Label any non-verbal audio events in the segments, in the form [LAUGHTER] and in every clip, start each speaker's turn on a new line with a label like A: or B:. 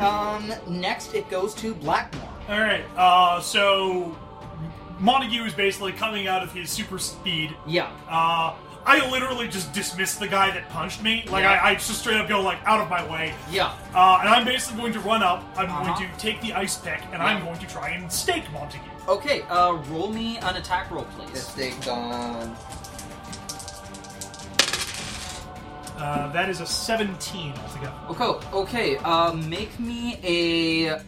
A: Um, next it goes to Blackmore.
B: All right. Uh, so Montague is basically coming out of his super speed.
A: Yeah.
B: Uh, I literally just dismiss the guy that punched me. Like
A: Yeah.
B: I, I just straight up go like out of my way.
A: Yeah.
B: Uh, and I'm basically going to run up. I'm
A: Uh-huh.
B: going to take the ice pick, and
A: Yeah.
B: I'm going to try and stake Montague.
C: Okay, uh, roll me an attack roll,
A: This
C: please.
A: thing's on.
B: Uh, that is a 17 altogether.
C: Okay, okay, uh, make me a.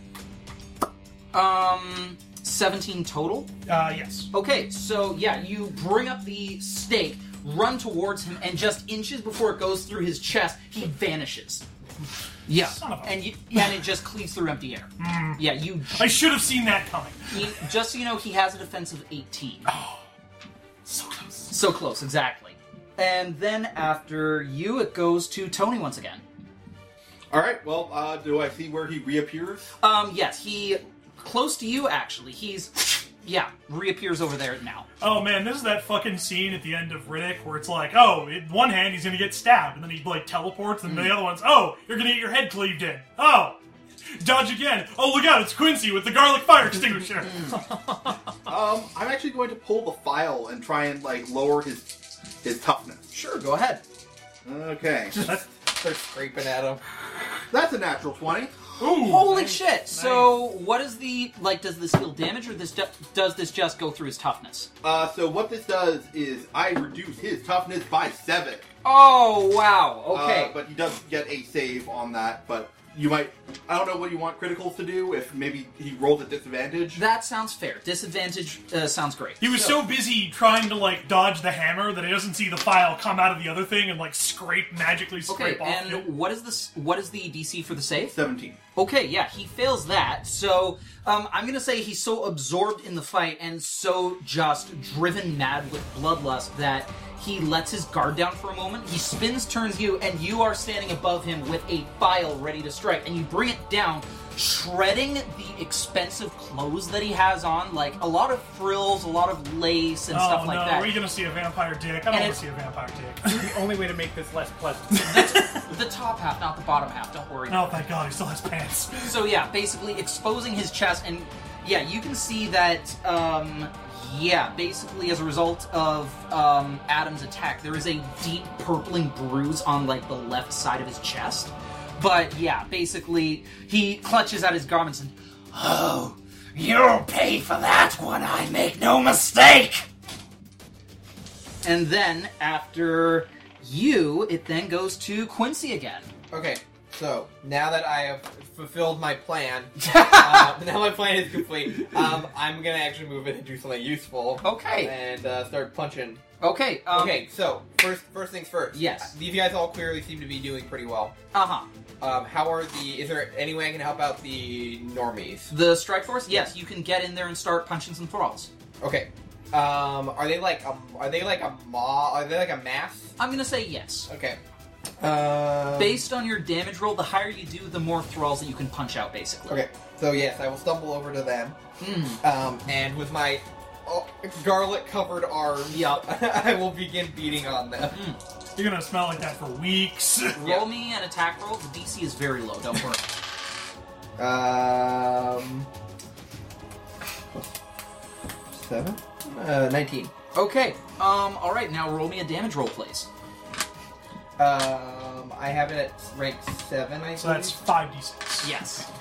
C: Um, 17 total.
B: Uh, yes.
C: Okay, so yeah, you bring up the stake, run towards him, and just inches before it goes through his chest, he vanishes. Yeah,
B: Son of a-
C: and you, and it just cleaves through empty air.
A: Mm.
C: Yeah, you.
B: I should have seen that coming.
C: He, just so you know, he has a defensive 18.
B: So close.
C: So close, exactly. And then after you, it goes to Tony once again.
D: All right. Well, uh, do I see where he reappears?
B: Uh.
C: Um, yes, he close to you actually. He's yeah, reappears over there now.
B: Oh man, this is that fucking scene at the end of Riddick where it's like, oh, in one hand he's gonna get stabbed, and then he like teleports, and
E: Mm.
B: the other one's, oh, you're gonna get your head cleaved in. Oh, dodge again. Oh, look out, it's Quincy with the garlic fire extinguisher.
E: [LAUGHS]
D: Um, I'm actually going to pull the file and try and like lower his his toughness.
A: Sure, go ahead.
B: [LAUGHS]
D: Okay,
A: Start scraping at him.
D: that's a natural twenty.
B: Ooh.
C: Holy shit! So what is the like? Does this deal damage or this ju- does this just go through his toughness?
D: Uh, so what this does is I reduce his toughness by seven.
C: Oh wow!
D: Uh,
C: Okay.
D: but he does get a save on that. But you might. I don't know what you want criticals to do. If maybe he rolls at disadvantage.
C: that sounds fair. Disadvantage uh, sounds great.
B: He was so busy trying to like dodge the hammer that he doesn't see the file come out of the other thing and like scrape magically
C: Okay,
B: scrape off. it.
C: and what is this? What is the DC for the save?
D: Seventeen.
C: Okay, yeah, he fails that. So um, I'm gonna say he's so absorbed in the fight and so just driven mad with bloodlust that he lets his guard down for a moment. He spins, turns you, and you are standing above him with a file ready to strike, and you bring it down, shredding the expensive clothes that he has on, like a lot of frills, a lot of lace, and
B: Oh
C: stuff like
B: no,
C: that.
B: are we gonna see a vampire dick? I don't want
C: it's-
B: to see a vampire dick.
E: [LAUGHS] The only way to make this less
B: [LAUGHS]
E: pleasant.
C: the top half, not the bottom half. Don't worry.
B: oh thank God, he still has pants.
C: So yeah, basically exposing his chest, and yeah, you can see that. Um, yeah, basically as a result of um, Adam's attack, there is a deep purpling bruise on like the left side of his chest. But yeah, basically he clutches at his garments and, oh, you'll pay for that one. I make no mistake. And then after you, it then goes to Quincy again. [LAUGHS]
A: Okay, so now that I have fulfilled
C: [LAUGHS]
A: my plan, uh, now my plan is complete. Um, I'm gonna actually move in and do something useful.
C: Okay.
A: And uh, start punching.
C: Okay. Um,
A: okay, so first, first things first.
C: Yes.
A: These guys all clearly seem to be doing pretty well.
C: Uh huh.
A: Um, how are the? Is there any way I can help out the normies?
C: The strike force? Yes, you can get in there and start punching some thralls.
A: Okay. Um, are they like a? Are they like a ma? Are they like a mass?
C: I'm gonna say yes.
A: Okay. Um,
C: Based on your damage roll, the higher you do, the more thralls that you can punch out, basically.
A: Okay. So yes, I will stumble over to them.
C: Mm.
A: Um, and with my garlic covered arms,
C: Yup.
A: [LAUGHS] I will begin beating on them.
B: You're gonna smell like that for weeks. [LAUGHS]
C: Roll me an attack roll. The DC is very low, don't worry. [LAUGHS]
A: Um, seven, uh, nineteen.
C: okay, um, alright, now roll me a damage roll, please.
A: Um, I have it at rank seven. I
B: so that's
A: believe.
B: five d six.
C: Yes.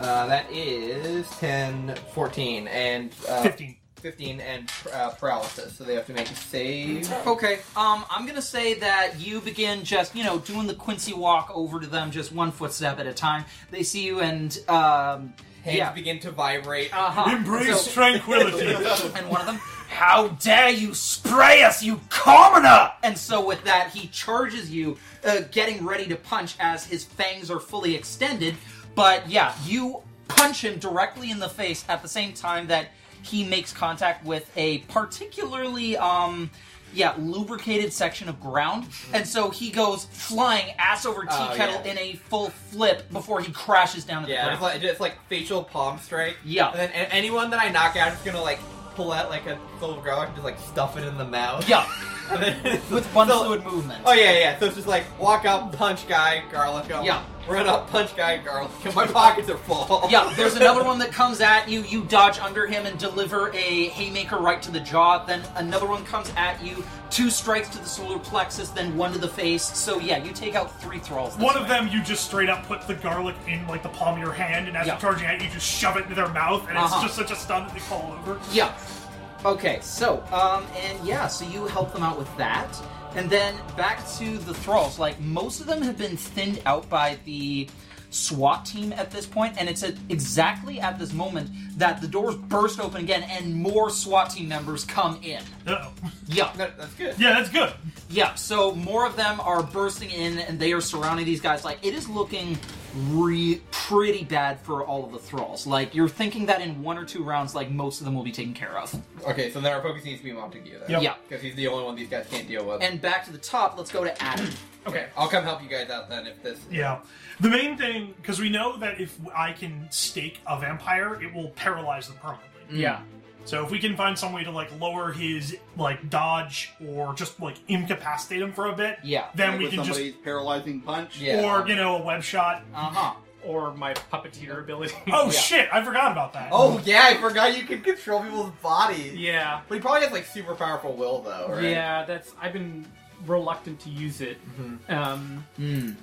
A: uh, that is 10, 14, and uh,
B: Fifteen.
A: 15 and uh, paralysis. So they have to make a save. Oh,
C: Okay, um, I'm gonna say that you begin just, you know, doing the Quincy walk over to them just one footstep at a time. They see you and, um,
A: Hands
C: yeah.
A: begin to vibrate.
C: Uh huh.
B: Embrace tranquility.
C: [LAUGHS] and one of them, How dare you spray us, you commoner! And so, with that, he charges you, uh, getting ready to punch as his fangs are fully extended. But yeah, you punch him directly in the face at the same time that he makes contact with a particularly, um, yeah, lubricated section of ground. And so he goes flying ass over tea
A: Oh,
C: kettle
A: yeah.
C: in a full flip before he crashes down at the
A: Yeah,
C: ground.
A: it's like, it's like facial palm strike.
C: Yeah.
A: And then a- anyone that I knock out is gonna like pull out like a full of garlic [LAUGHS] and just like stuff it in the mouth.
C: Yeah. with one
A: So-
C: fluid movement.
A: Oh yeah, yeah. So it's just like walk up, punch guy, garlic him.
C: Yeah.
A: Run up, punch guy, garlic him. [LAUGHS] My pockets are full.
C: Yeah, there's another one that comes at you. You dodge under him and deliver a haymaker right to the jaw. Then another one comes at you. Two strikes to the solar plexus, then one to the face. So yeah, you take out three thralls. this
B: One of
C: way.
B: them, you just straight up put the garlic in like the palm of your hand, and as
C: Yeah.
B: you're charging at, it, you just shove it into their mouth, and
C: Uh-huh.
B: it's just such a stun that they fall over.
C: Yeah. Okay, so, um, and yeah, so you help them out with that. And then back to the thralls. Like, most of them have been thinned out by the SWAT team at this point, and it's at exactly at this moment that the doors burst open again and more SWAT team members come in.
B: Uh-oh.
C: Yeah.
A: [LAUGHS] That- that's good.
B: Yeah, that's good.
C: Yeah, so more of them are bursting in and they are surrounding these guys. Like, it is looking re- pretty bad for all of the thralls. Like, you're thinking that in one or two rounds, like, most of them will be taken care of.
A: Okay, so then our focus needs to be Montague then.
B: Yep.
C: Yeah.
A: Because he's the only one these guys can't deal with.
C: And back to the top, let's go to Adam.
A: okay, I'll come help you guys out then if this.
B: Yeah. The main thing, because we know that if I can stake a vampire, it will paralyze them permanently.
E: Yeah.
B: So if we can find some way to like lower his like dodge or just like incapacitate him for a bit,
C: Yeah.
B: then
D: Like
B: we
D: with
B: can just
D: somebody's paralyzing punch.
A: Yeah.
B: or you know a web shot.
C: Uh huh.
E: Or my puppeteer ability.
B: Oh shit, I forgot about that.
A: Oh yeah, I forgot you could control people's
E: [LAUGHS]
A: bodies.
E: yeah.
A: But he probably has like super powerful will though, right?
E: Yeah, that's. I've been reluctant to use it.
B: Mm-hmm.
E: Um,
B: Hmm.
C: Mm.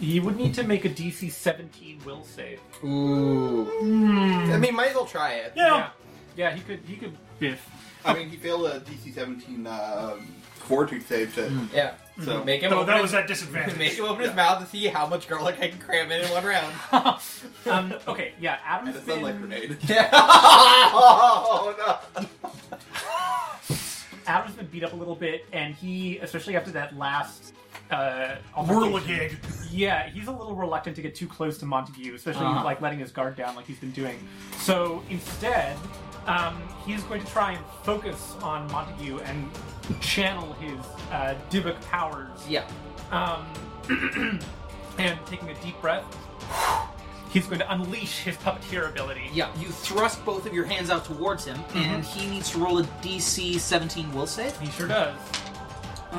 E: you would need to make a DC 17 will save.
A: Ooh.
B: Hmm.
A: I mean, might as well try it.
B: yeah.
E: Yeah. Yeah, he could. He could biff.
D: I mean, he failed a DC 17 um, fortitude save to.
B: Hmm.
A: Yeah.
D: So
A: Make him
B: So
A: open
B: that
A: his-
B: was
C: [LAUGHS]
B: at disadvantage.
A: [LAUGHS] Make him open his mouth to see how much garlic I can cram in in one round.
B: [LAUGHS]
E: Um, okay. Yeah,
D: and
E: Adam's
D: it's not like
E: been.
D: grenade.
A: [LAUGHS] Yeah. oh no.
E: Adam's been beat up a little bit, and he, especially after that last. Uh, altercation,
B: Whirligig.
E: Yeah, he's a little reluctant to get too close to Montague, especially
C: Uh-huh.
E: like letting his guard down like he's been doing. So instead, um, he's going to try and focus on Montague and channel his uh, Dybbuk powers.
C: Yeah.
E: Um, [CLEARS THROAT] and taking a deep breath, he's going to unleash his puppeteer ability.
C: Yeah. You thrust both of your hands out towards him, and he needs to roll a DC 17 will save.
E: He sure does.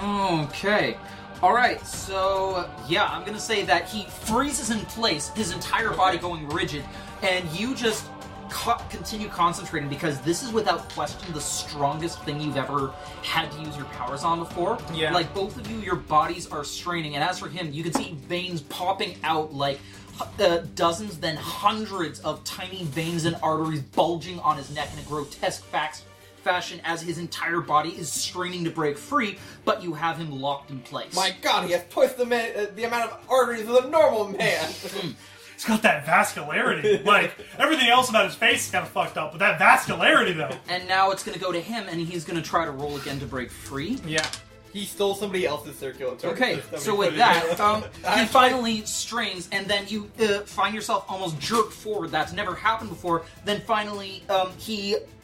C: Okay. All right. So yeah, I'm gonna say that he freezes in place, his entire body going rigid, and you just co- continue concentrating because this is without question the strongest thing you've ever had to use your powers on before.
E: Yeah.
C: Like both of you, your bodies are straining, and as for him, you can see veins popping out like. hu- Uh, dozens, then hundreds of tiny veins and arteries bulging on his neck in a grotesque fax- fashion as his entire body is straining to break free, but you have him locked in place.
A: My God, he has twice the ma- uh, the amount of arteries of a normal man.
B: It's got that vascularity. like everything else about his face is kind of fucked up, but that vascularity though.
C: and now it's going to go to him, and he's going to try to roll again to break free.
E: Yeah.
A: he stole somebody else's circulatory.
C: Okay,
A: system.
C: so
A: He
C: with
A: put it in.
C: that, um, he
A: I-
C: finally strains, and then you uh, find yourself almost jerked forward. That's never happened before. Then finally, um, he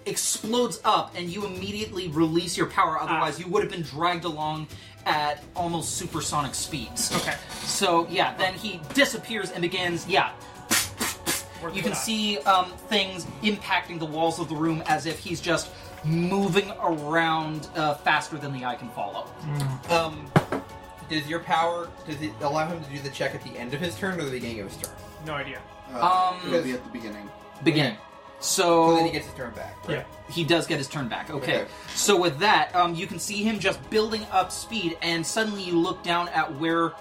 C: explodes up, and you immediately release your power. Otherwise, you would have been dragged along at almost supersonic speeds.
E: Okay.
C: So yeah, then he disappears and begins. Yeah,
E: Worth
C: you
E: a
C: can
E: shot.
C: see um, things impacting the walls of the room as if he's just moving around uh, faster than the eye can follow.
A: um, does your power does it allow him to do the check at the end of his turn or the beginning of his turn?
E: No idea.
D: Uh,
C: Um,
D: it'll be at the beginning.
C: Beginning.
A: So then he
C: So
A: gets his turn back.
B: Yeah.
A: Right?
C: he does get his turn back. Okay.
A: Okay.
C: So with that, um, you can see him just building up speed, and suddenly you look down at where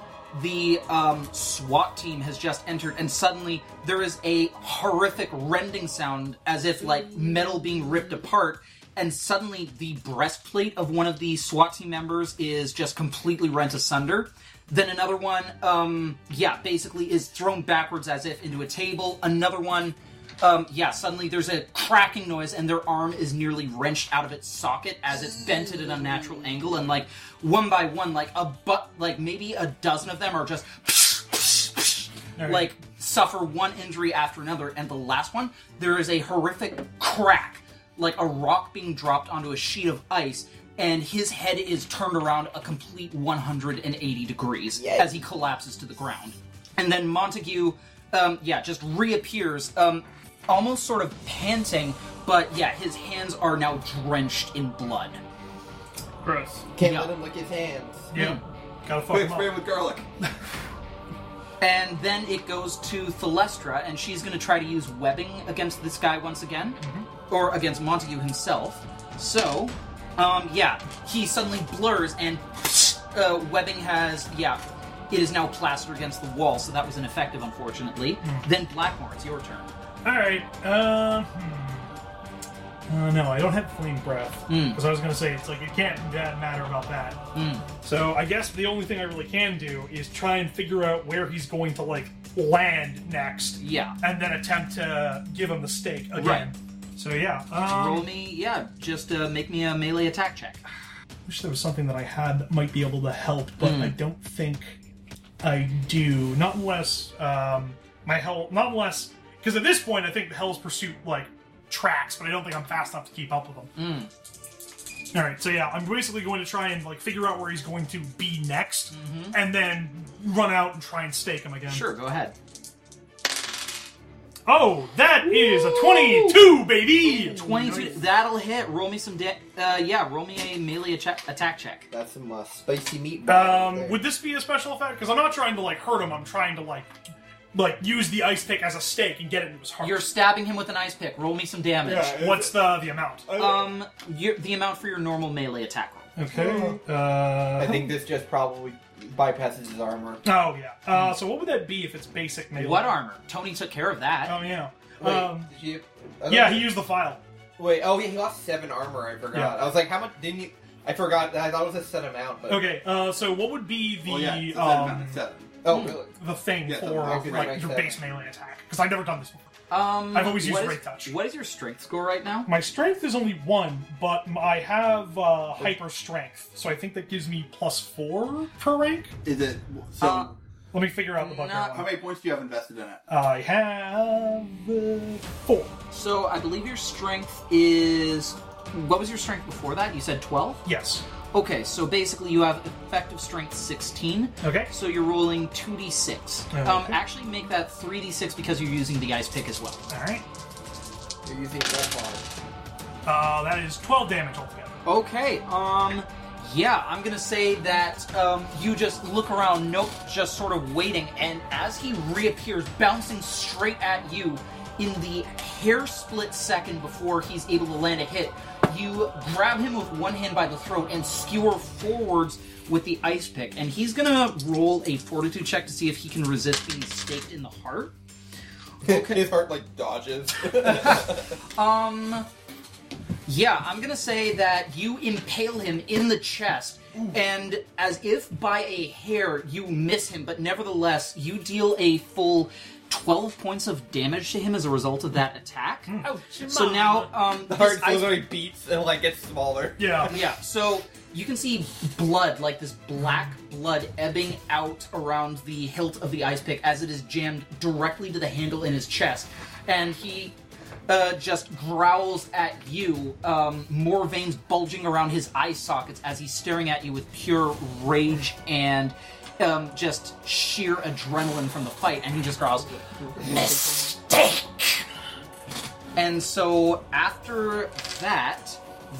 C: the um, SWAT team has just entered, and suddenly there is a horrific rending sound as if like metal being ripped apart. And suddenly, the breastplate of one of the SWAT team members is just completely rent asunder. Then another one, um, yeah, basically is thrown backwards as if into a table. Another one um, yeah, suddenly there's a cracking noise, and their arm is nearly wrenched out of its socket as it's bent at an unnatural angle, and like one by one, like a but, like maybe a dozen of them are just like suffer one injury after another, and the last one, there is a horrific crack, like a rock being dropped onto a sheet of ice, and his head is turned around a complete 180 degrees as he collapses to the ground. And then Montague, um, yeah, just reappears, um, almost sort of panting, but yeah, his hands are now drenched in blood.
E: Gross.
A: Can't
C: Yeah.
A: let him lick his hands.
B: Yeah. Gotta fuck
D: Quick
B: him
D: spray
B: up.
D: with garlic.
C: And then it goes to Thalestra, and she's going to try to use webbing against this guy once again, or against Montague himself. So, um, yeah, he suddenly blurs, and uh, webbing has, yeah, it is now plastered against the wall, so that was ineffective, unfortunately. Then Blackmore, it's your turn.
B: Alright, uh, hmm. Uh, no, I don't have flame breath.
C: Mm.
B: Because I was gonna say, it's like, it can't that matter about that.
C: Mm.
B: So I guess the only thing I really can do is try and figure out where he's going to, like, land next.
C: Yeah.
B: And then attempt to give him the stake again.
C: Right.
B: So yeah, um,
C: Roll me, yeah, just uh, make me a melee attack check.
B: wish there was something that I had that might be able to help, but I don't think I do. Not unless um, my hell, not unless because at this point I think the hell's pursuit like tracks, but I don't think I'm fast enough to keep up with them. All right, so yeah, I'm basically going to try and like figure out where he's going to be next, and then run out and try and stake him again.
C: Sure, go ahead.
B: Oh, that is a twenty-two, baby.
C: 22, that'll hit. Roll me some, da- uh, yeah, roll me a melee acha- attack check.
A: That's some uh, spicy meat.
B: Um, would this be a special effect? Because I'm not trying to like hurt him. I'm trying to like, like use the ice pick as a stake and get it into his heart.
C: You're stabbing him with an ice pick. Roll me some damage.
B: What's the the amount?
C: Um, your, the amount for your normal melee attack roll.
B: Okay. Uh,
A: I think this just probably bypasses his armor.
B: Oh yeah. Uh, so what would that be if it's basic melee?
C: What armor? Tony took care of that.
B: Oh yeah.
A: Wait,
B: um,
A: did you, I don't-
B: yeah, he used the file.
A: Wait, oh yeah, he lost seven armor. I forgot.
B: Yeah.
A: I was like, how much didn't you? I forgot. I thought it was a set amount, but
B: Okay. Uh, so what would be the
D: Well, yeah, it's a set amount,
B: um,
D: it's seven.
A: oh really?
B: the thing
D: Yeah,
B: for
A: okay, that
B: like
A: makes
B: your
A: sense.
B: base melee attack? Because I've never done this before.
C: Um,
B: I've always used
C: what is-
B: great touch.
C: What is your strength score right now?
B: My strength is only one, but m- I have uh, hyper strength, so I think that gives me plus four per rank.
D: Is it so?
C: Uh,
B: Let me figure out the bugger.
C: Not-
D: how many points do you have invested in it?
B: I have uh, four.
C: So I believe your strength is. What was your strength before that? You said 12?
B: Yes.
C: Okay, so basically you have effective strength 16.
B: Okay. Oh,
C: So you're rolling 2d6. Um,
B: Okay.
C: actually, make that 3d6 because you're using the ice pick as well.
B: All right.
A: You're using wolf
B: Uh, that is twelve damage altogether.
C: Okay. Um. Yeah, I'm gonna say that um, you just look around, nope, just sort of waiting, and as he reappears, bouncing straight at you, in the hair split second before he's able to land a hit, you grab him with one hand by the throat and skewer forwards with the ice pick, and he's gonna roll a fortitude check to see if he can resist being staked in the heart.
A: armor. [LAUGHS] his heart like
B: [LAUGHS]
A: dodges.
C: Um, yeah, I'm gonna say that you impale him in the chest, and as if by a hair, you miss him, but nevertheless, you deal a full 12 points of damage to him as a result of that attack. So now, um,
A: Hmm. The
C: this
A: heart
C: ice-
A: literally beats and like gets smaller.
B: Yeah.
C: Um,
B: [LAUGHS]
C: yeah, so you can see blood, like this black blood, ebbing out around the hilt of the ice pick as it is jammed directly to the handle in his chest. And he uh, just growls at you, um, more veins bulging around his eye sockets as he's staring at you with pure rage and um, just sheer adrenaline from the fight. And he just growls, Mistake! And so after that,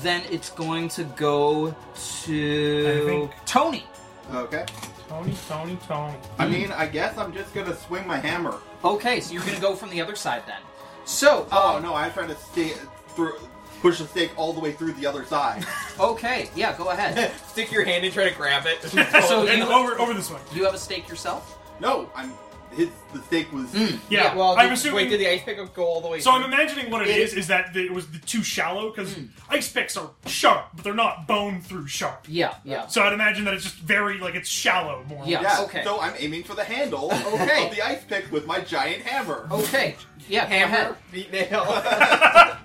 C: then it's going to go to
B: I think-
C: Tony.
D: Okay.
B: Tony, Tony, Tony.
D: I mean, I guess I'm just gonna swing my hammer.
C: Okay, so you're going to go from the other side then. So,
D: Oh
C: um,
D: no, I'm trying to stay through, push the stake all the way through the other [LAUGHS] side.
C: okay, yeah, go
A: [LAUGHS]
C: ahead.
A: [LAUGHS] Stick your hand and try to
B: [LAUGHS]
A: grab it.
C: So
B: And
C: you-
B: over over this way.
C: you have a stake yourself?
D: no, I'm his. The stake was.
B: Yeah.
A: well,
B: I'm
A: did-
B: assuming.
A: Wait, did the ice pick up go all the way?
B: so I'm
A: through?
B: imagining what it
A: It-
B: is is that it was the too shallow because ice picks are sharp, but they're not bone through sharp.
C: Yeah, yeah.
B: So I'd imagine that it's just very like it's shallow more. or
C: Yeah.
B: less.
D: Yeah,
C: Okay.
D: so I'm aiming for the [LAUGHS] handle
C: Okay.
D: of the ice pick with my giant hammer.
C: Okay, yeah, go ahead.
A: hammer, [LAUGHS] beat nail. [LAUGHS]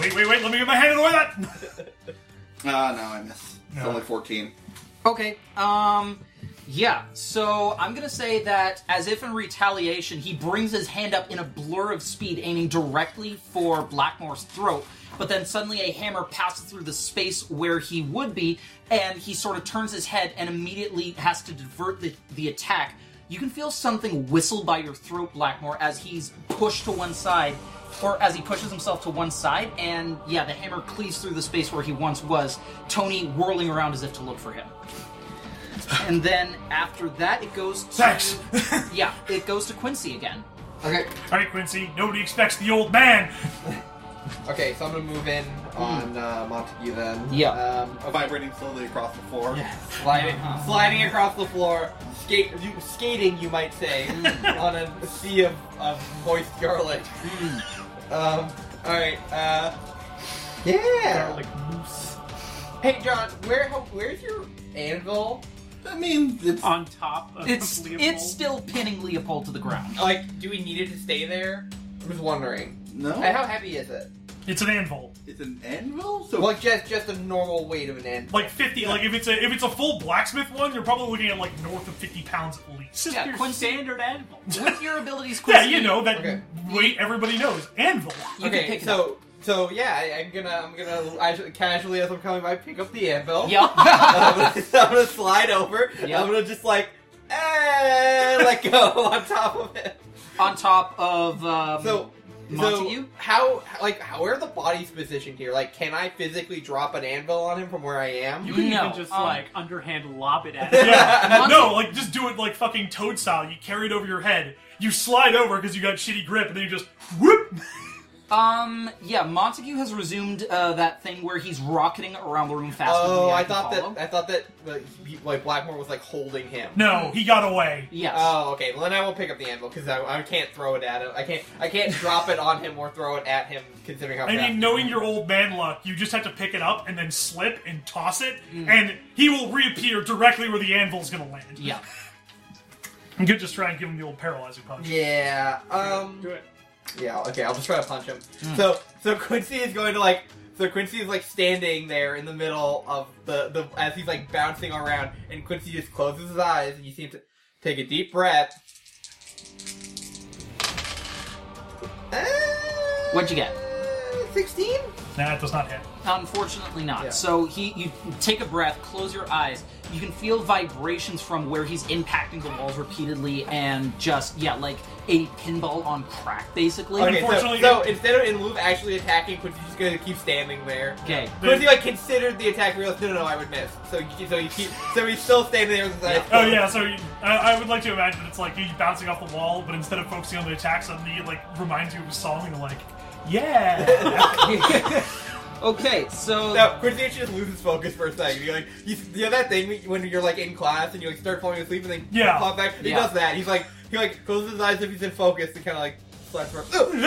B: Wait, wait, wait. Let me get my hand in the way. of That. [LAUGHS]
D: Ah, no, I miss. It's
B: No.
D: only 14.
C: Okay, um, yeah, so I'm going to say that as if in retaliation, he brings his hand up in a blur of speed, aiming directly for Blackmore's throat. But then suddenly a hammer passes through the space where he would be, and he sort of turns his head and immediately has to divert the, the attack You can feel something whistle by your throat, Blackmore, as he's pushed to one side, or as he pushes himself to one side, and yeah, the hammer cleaves through the space where he once was, Tony whirling around as if to look for him. And then after that, it goes. To,
B: Thanks. [LAUGHS]
C: Yeah, it goes to Quincy again.
A: Okay.
B: All right, Quincy. Nobody expects the old man.
A: Okay, so I'm gonna move in on uh, Montague then.
C: Yeah.
A: Um, okay.
D: Vibrating slowly across the floor.
A: Sliding, sliding across the floor, skate, you, skating, you might [LAUGHS] say, on a sea of, of moist garlic. Um, all right. Uh, yeah.
E: Garlic mousse
A: Hey, John, where where's your anvil?
D: I mean, it's
E: on top of
C: It's
E: Leopold.
C: it's still pinning Leopold to the ground.
A: Like, do we need it to stay there? I was wondering.
D: no.
A: And how heavy is it?
B: It's an anvil.
D: It's an anvil. So
A: Well, just just the normal weight of an anvil.
B: Like fifty. Like if it's a if it's a full blacksmith one, you're probably looking at like north of fifty pounds at least.
C: Yeah,
E: Your
C: [LAUGHS] Quincy-
E: standard animal.
C: With your abilities,
B: Yeah,
C: Quincy.
B: you know that
A: Okay.
B: weight everybody knows. Anvil.
C: You
A: okay,
C: can pick it up.
A: so so yeah, I, I'm gonna I'm gonna I, casually as I'm coming by pick up the anvil.
C: Yep.
A: [LAUGHS] I'm, gonna, I'm gonna slide over.
C: Yeah.
A: I'm gonna just like eh, let go [LAUGHS] on top of it.
C: on top of um,
A: So.
C: Montague?
A: So how like how are the bodies positioned here? Like, can I physically drop an anvil on him from where I am?
E: You can
C: No,
E: even just
C: um,
E: like underhand lob it at him.
B: Yeah.
C: Monty-
B: no, like just do it like fucking toad style. You carry it over your head. You slide over because you got shitty grip, and then you just whoop.
C: Um, yeah, Montague has resumed uh, that thing where he's rocketing around the room faster than
A: Oh,
C: the eye
A: I
C: can
A: thought
C: follow.
A: that I thought that like, he- like Blackmore was like holding him.
B: No, he got away.
C: Yes.
A: Oh, okay. Well, then I will pick up the anvil because I, I can't throw it at him. I can't. I can't [LAUGHS] drop it on him or throw it at him. Considering how.
B: I
A: fast-
B: mean, knowing your old man luck, you just have to pick it up and then slip and toss it, and he will reappear directly where the anvil's gonna land.
C: yeah.
B: You could just try and give him the old paralyzing punch.
A: Yeah. Um.
E: Do it.
A: Yeah. Okay. I'll just try to punch him.
B: Hmm.
A: So, so Quincy is going to like. So Quincy is like standing there in the middle of the the as he's like bouncing around, and Quincy just closes his eyes, and you seem to take a deep breath.
C: What'd you get?
A: Uh, Sixteen.
B: Nah, it does not hit.
C: Unfortunately, not.
A: Yeah.
C: So he, you take a breath, close your eyes. You can feel vibrations from where he's impacting the walls repeatedly, and just yeah, like a pinball on crack, basically.
A: Okay, so,
B: Unfortunately-
A: so instead of in lieu of actually attacking, Quincy's just gonna keep standing there.
C: Okay.
A: Quincy like considered the attack real. No, no, no, I would miss. So, you- so you keep. So he's still standing there with his eyes.
B: Oh
A: closed.
B: yeah, so you, I, I would like to imagine it's like you bouncing off the wall, but instead of focusing on the attack, suddenly it like reminds you of a song. And you're like, yeah,
C: Okay. So
A: No, Quincy should just lose his focus for a second. You're like, you, you know that thing when you're like in class and you like start falling asleep and then
B: Yeah.
A: pop back. He
C: Yeah.
A: does that. He's like, he like closes his eyes if he's in focus and kind of like slaps for. Ooh!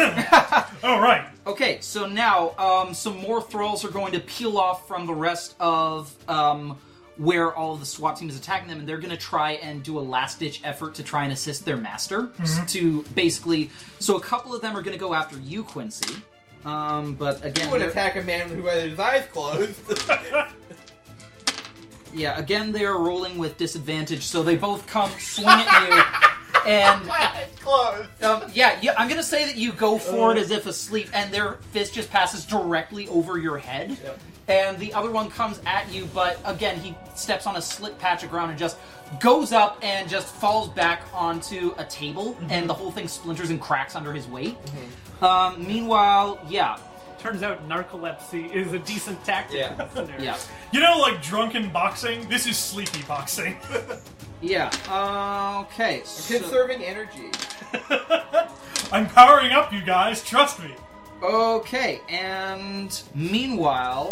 B: all Oh, right.
C: Okay, so now um, some more thralls are going to peel off from the rest of um, where all of the SWAT team is attacking them, and they're going to try and do a last ditch effort to try and assist their master s- to basically. So a couple of them are going to go after you, Quincy. Um, but again,
A: [LAUGHS] You would
C: they're-
A: attack a man who had his eyes closed.
C: yeah, again they are rolling with disadvantage, so they both come swing at
A: [LAUGHS]
C: you, and
A: My [LAUGHS] eyes closed.
C: Um, yeah, yeah, I'm gonna say that you go forward as if asleep, and their fist just passes directly over your head.
A: Yep.
C: And the other one comes at you, but again, he steps on a slit patch of ground and just goes up and just falls back onto a table, and the whole thing splinters and cracks under his weight. Um, meanwhile, yeah,
E: Turns out narcolepsy is a decent tactic.
A: Yeah.
E: listener.
C: yeah,
B: You know, like drunken boxing. This is sleepy boxing. [LAUGHS]
C: yeah. Uh, okay, so-
A: Conserving energy.
B: I'm powering up, you guys. Trust me.
C: Okay, and meanwhile,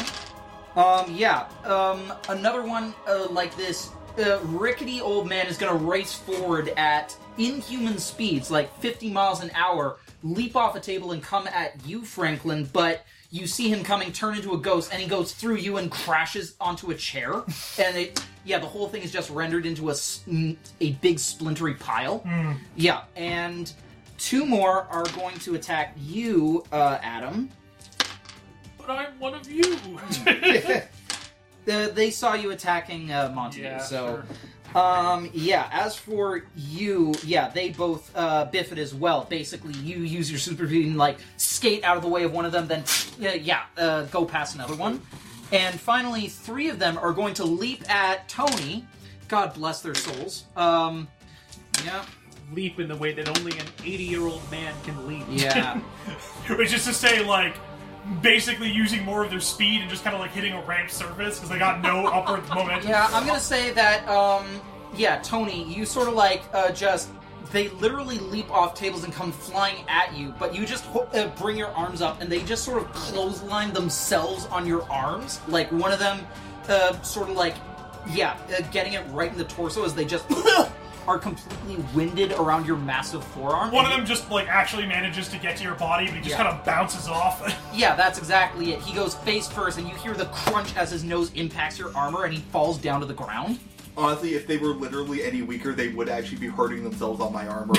C: um, yeah, um, another one uh, like this uh, rickety old man is gonna race forward at inhuman speeds, like 50 miles an hour, leap off a table and come at you, Franklin, but you see him coming, turn into a ghost, and he goes through you and crashes onto a chair, and it. Yeah, the whole thing is just rendered into a, s- mm, a big splintery pile. Yeah, and two more are going to attack you, uh, Adam.
E: But I'm one of you.
C: Uh, they saw you attacking uh, Montague,
E: Yeah,
C: so um, yeah. As for you, yeah, they both uh, biff it as well. Basically, you use your super speed and like skate out of the way of one of them, then yeah, yeah uh, go past another one, and finally, three of them are going to leap at Tony. God bless their souls. Um, Yep.
E: leap in the way that only an 80 year old man can leap.
C: Yeah.
B: Which is to say, like, basically using more of their speed and just kind of like hitting a ramp surface because they got no upward momentum.
C: Yeah, I'm gonna say that. Um, yeah, Tony, you sort of like uh, just they literally leap off tables and come flying at you, but you just ho- uh, bring your arms up and they just sort of clothesline themselves on your arms. Like one of them, uh, sort of like yeah, uh, getting it right in the torso as they just [COUGHS] are completely winded around your massive forearm.
B: One of them just like actually manages to get to your body, but he just
C: Yeah.
B: kind of bounces off. [LAUGHS]
C: Yeah, that's exactly it. He goes face first, and you hear the crunch as his nose impacts your armor, and he falls down to the ground.
D: Honestly, if they were literally any weaker, they would actually be hurting themselves on my armor.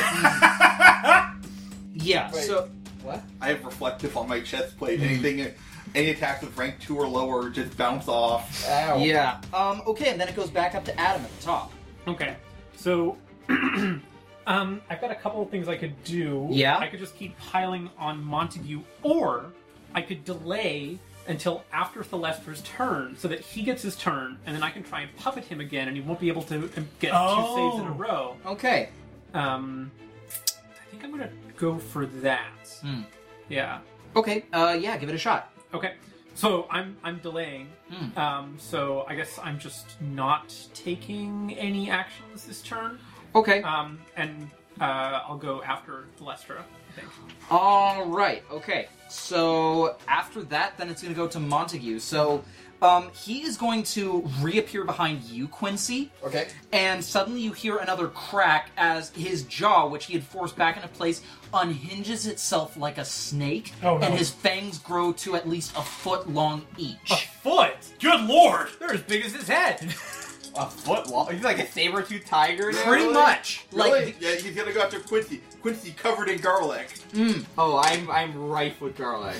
C: Yeah.
D: Wait.
C: So what?
D: I have reflective on my chest plate. Anything, any attacks with rank two or lower just bounce
A: [LAUGHS]
D: off.
A: Ow.
C: Yeah. Um, okay, and then it goes back up to Adam at the top.
E: [LAUGHS] Okay. So, [CLEARS THROAT] um, I've got a couple of things I could do.
C: Yeah?
E: I could just keep piling on Montague, or I could delay until after Thelester's turn so that he gets his turn, and then I can try and puppet him again, and he won't be able to um, get
B: Oh.
E: two saves in a row.
C: Okay.
E: Um, I think I'm gonna go for that.
C: Hmm.
E: Yeah.
C: Okay. Uh, yeah, give it a shot.
E: Okay. So I'm I'm delaying.
C: Hmm.
E: Um, so I guess I'm just not taking any actions this turn.
C: Okay.
E: Um, and uh, I'll go after Lestra. I think.
C: All right. Okay. So after that, then it's going to go to Montague. So, um, he is going to reappear behind you, Quincy.
A: Okay.
C: and suddenly you hear another crack as his jaw, which he had forced back into place, unhinges itself like a snake,
B: Oh, no.
C: and his fangs grow to at least a foot long
B: a
E: Oh,
C: each.
B: foot. Good lord.
A: They're as big as his head. a foot long. Oh, He's like a saber-tooth tiger. now,
C: Pretty
A: really?
C: much, like
D: really? [LAUGHS] Yeah, he's gonna go after Quincy. Quincy covered in garlic.
A: Oh, I'm I'm rife with garlic.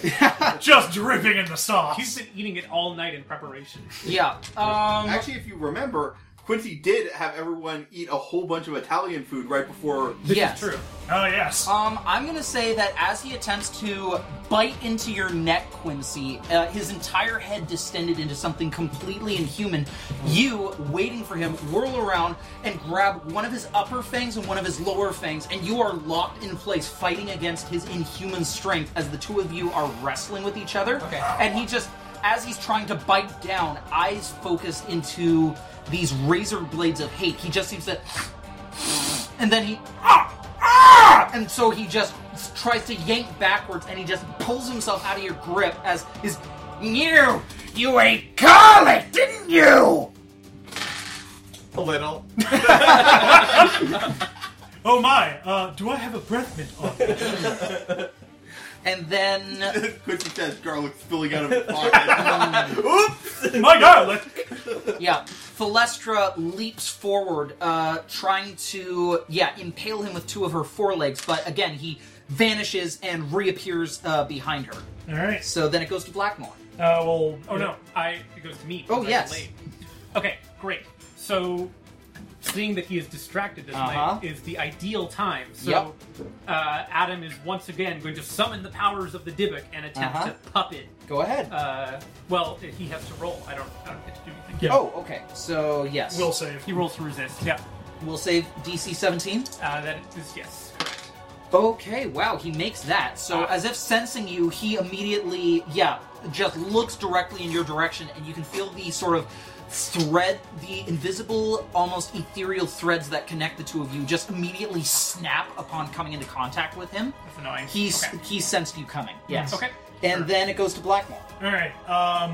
B: Just dripping in the sauce.
E: He's been eating it all night in preparation.
C: yeah. Um,
D: Actually, if you remember, Quincy did have everyone eat a whole bunch of Italian food right before. [LAUGHS]
E: This
C: yes.
E: is true.
B: oh yes.
C: Um, I'm gonna say that as he attempts to bite into your neck, Quincy, uh, his entire head distended into something completely inhuman. You, waiting for him, whirl around and grab one of his upper fangs and one of his lower fangs, and you are locked in place, fighting against his inhuman strength as the two of you are wrestling with each other.
A: Okay.
C: And he just, as he's trying to bite down, eyes focus into these razor blades of hate. He just seems to [SIGHS] and then he [SIGHS] ah, ah! and so he just s- tries to yank backwards and he just pulls himself out of your grip as his you you ate garlic didn't you
A: [LAUGHS] a little.
B: oh my. Uh, do I have a breath mint on?
C: and then
D: Quincy says garlic spilling out of his pocket.
B: my garlic.
C: yeah Thalestra leaps forward uh trying to yeah impale him with two of her forelegs but again he vanishes and reappears uh behind her
B: All right.
C: so then it goes to Blackmore
B: Uh, well.
E: Oh no, I it goes to me.
C: Oh,
E: because I
C: yes.
E: delayed. Okay, great. So, seeing that he is distracted this
C: Uh-huh.
E: night is the ideal time. So,
C: Yep.
E: uh, Adam is once again going to summon the powers of the Dybbuk and attempt
C: Uh-huh.
E: to puppet.
C: go ahead
E: Uh, well, he has to roll. I don't. I don't get to do anything.
B: Yeah.
C: oh okay so yes
B: Will save.
E: He rolls to resist. Yeah.
C: we'll save DC 17
E: Uh, that is yes. Correct.
C: Okay, wow, he makes that. So, as if sensing you, he immediately, yeah, just looks directly in your direction, and you can feel the sort of thread, the invisible, almost ethereal threads that connect the two of you just immediately snap upon coming into contact with him.
E: That's annoying.
C: He, s
E: okay.
C: he sensed you coming, yes.
E: Okay.
C: And
E: Sure.
C: then it goes to Blackmore.
B: All right. Um,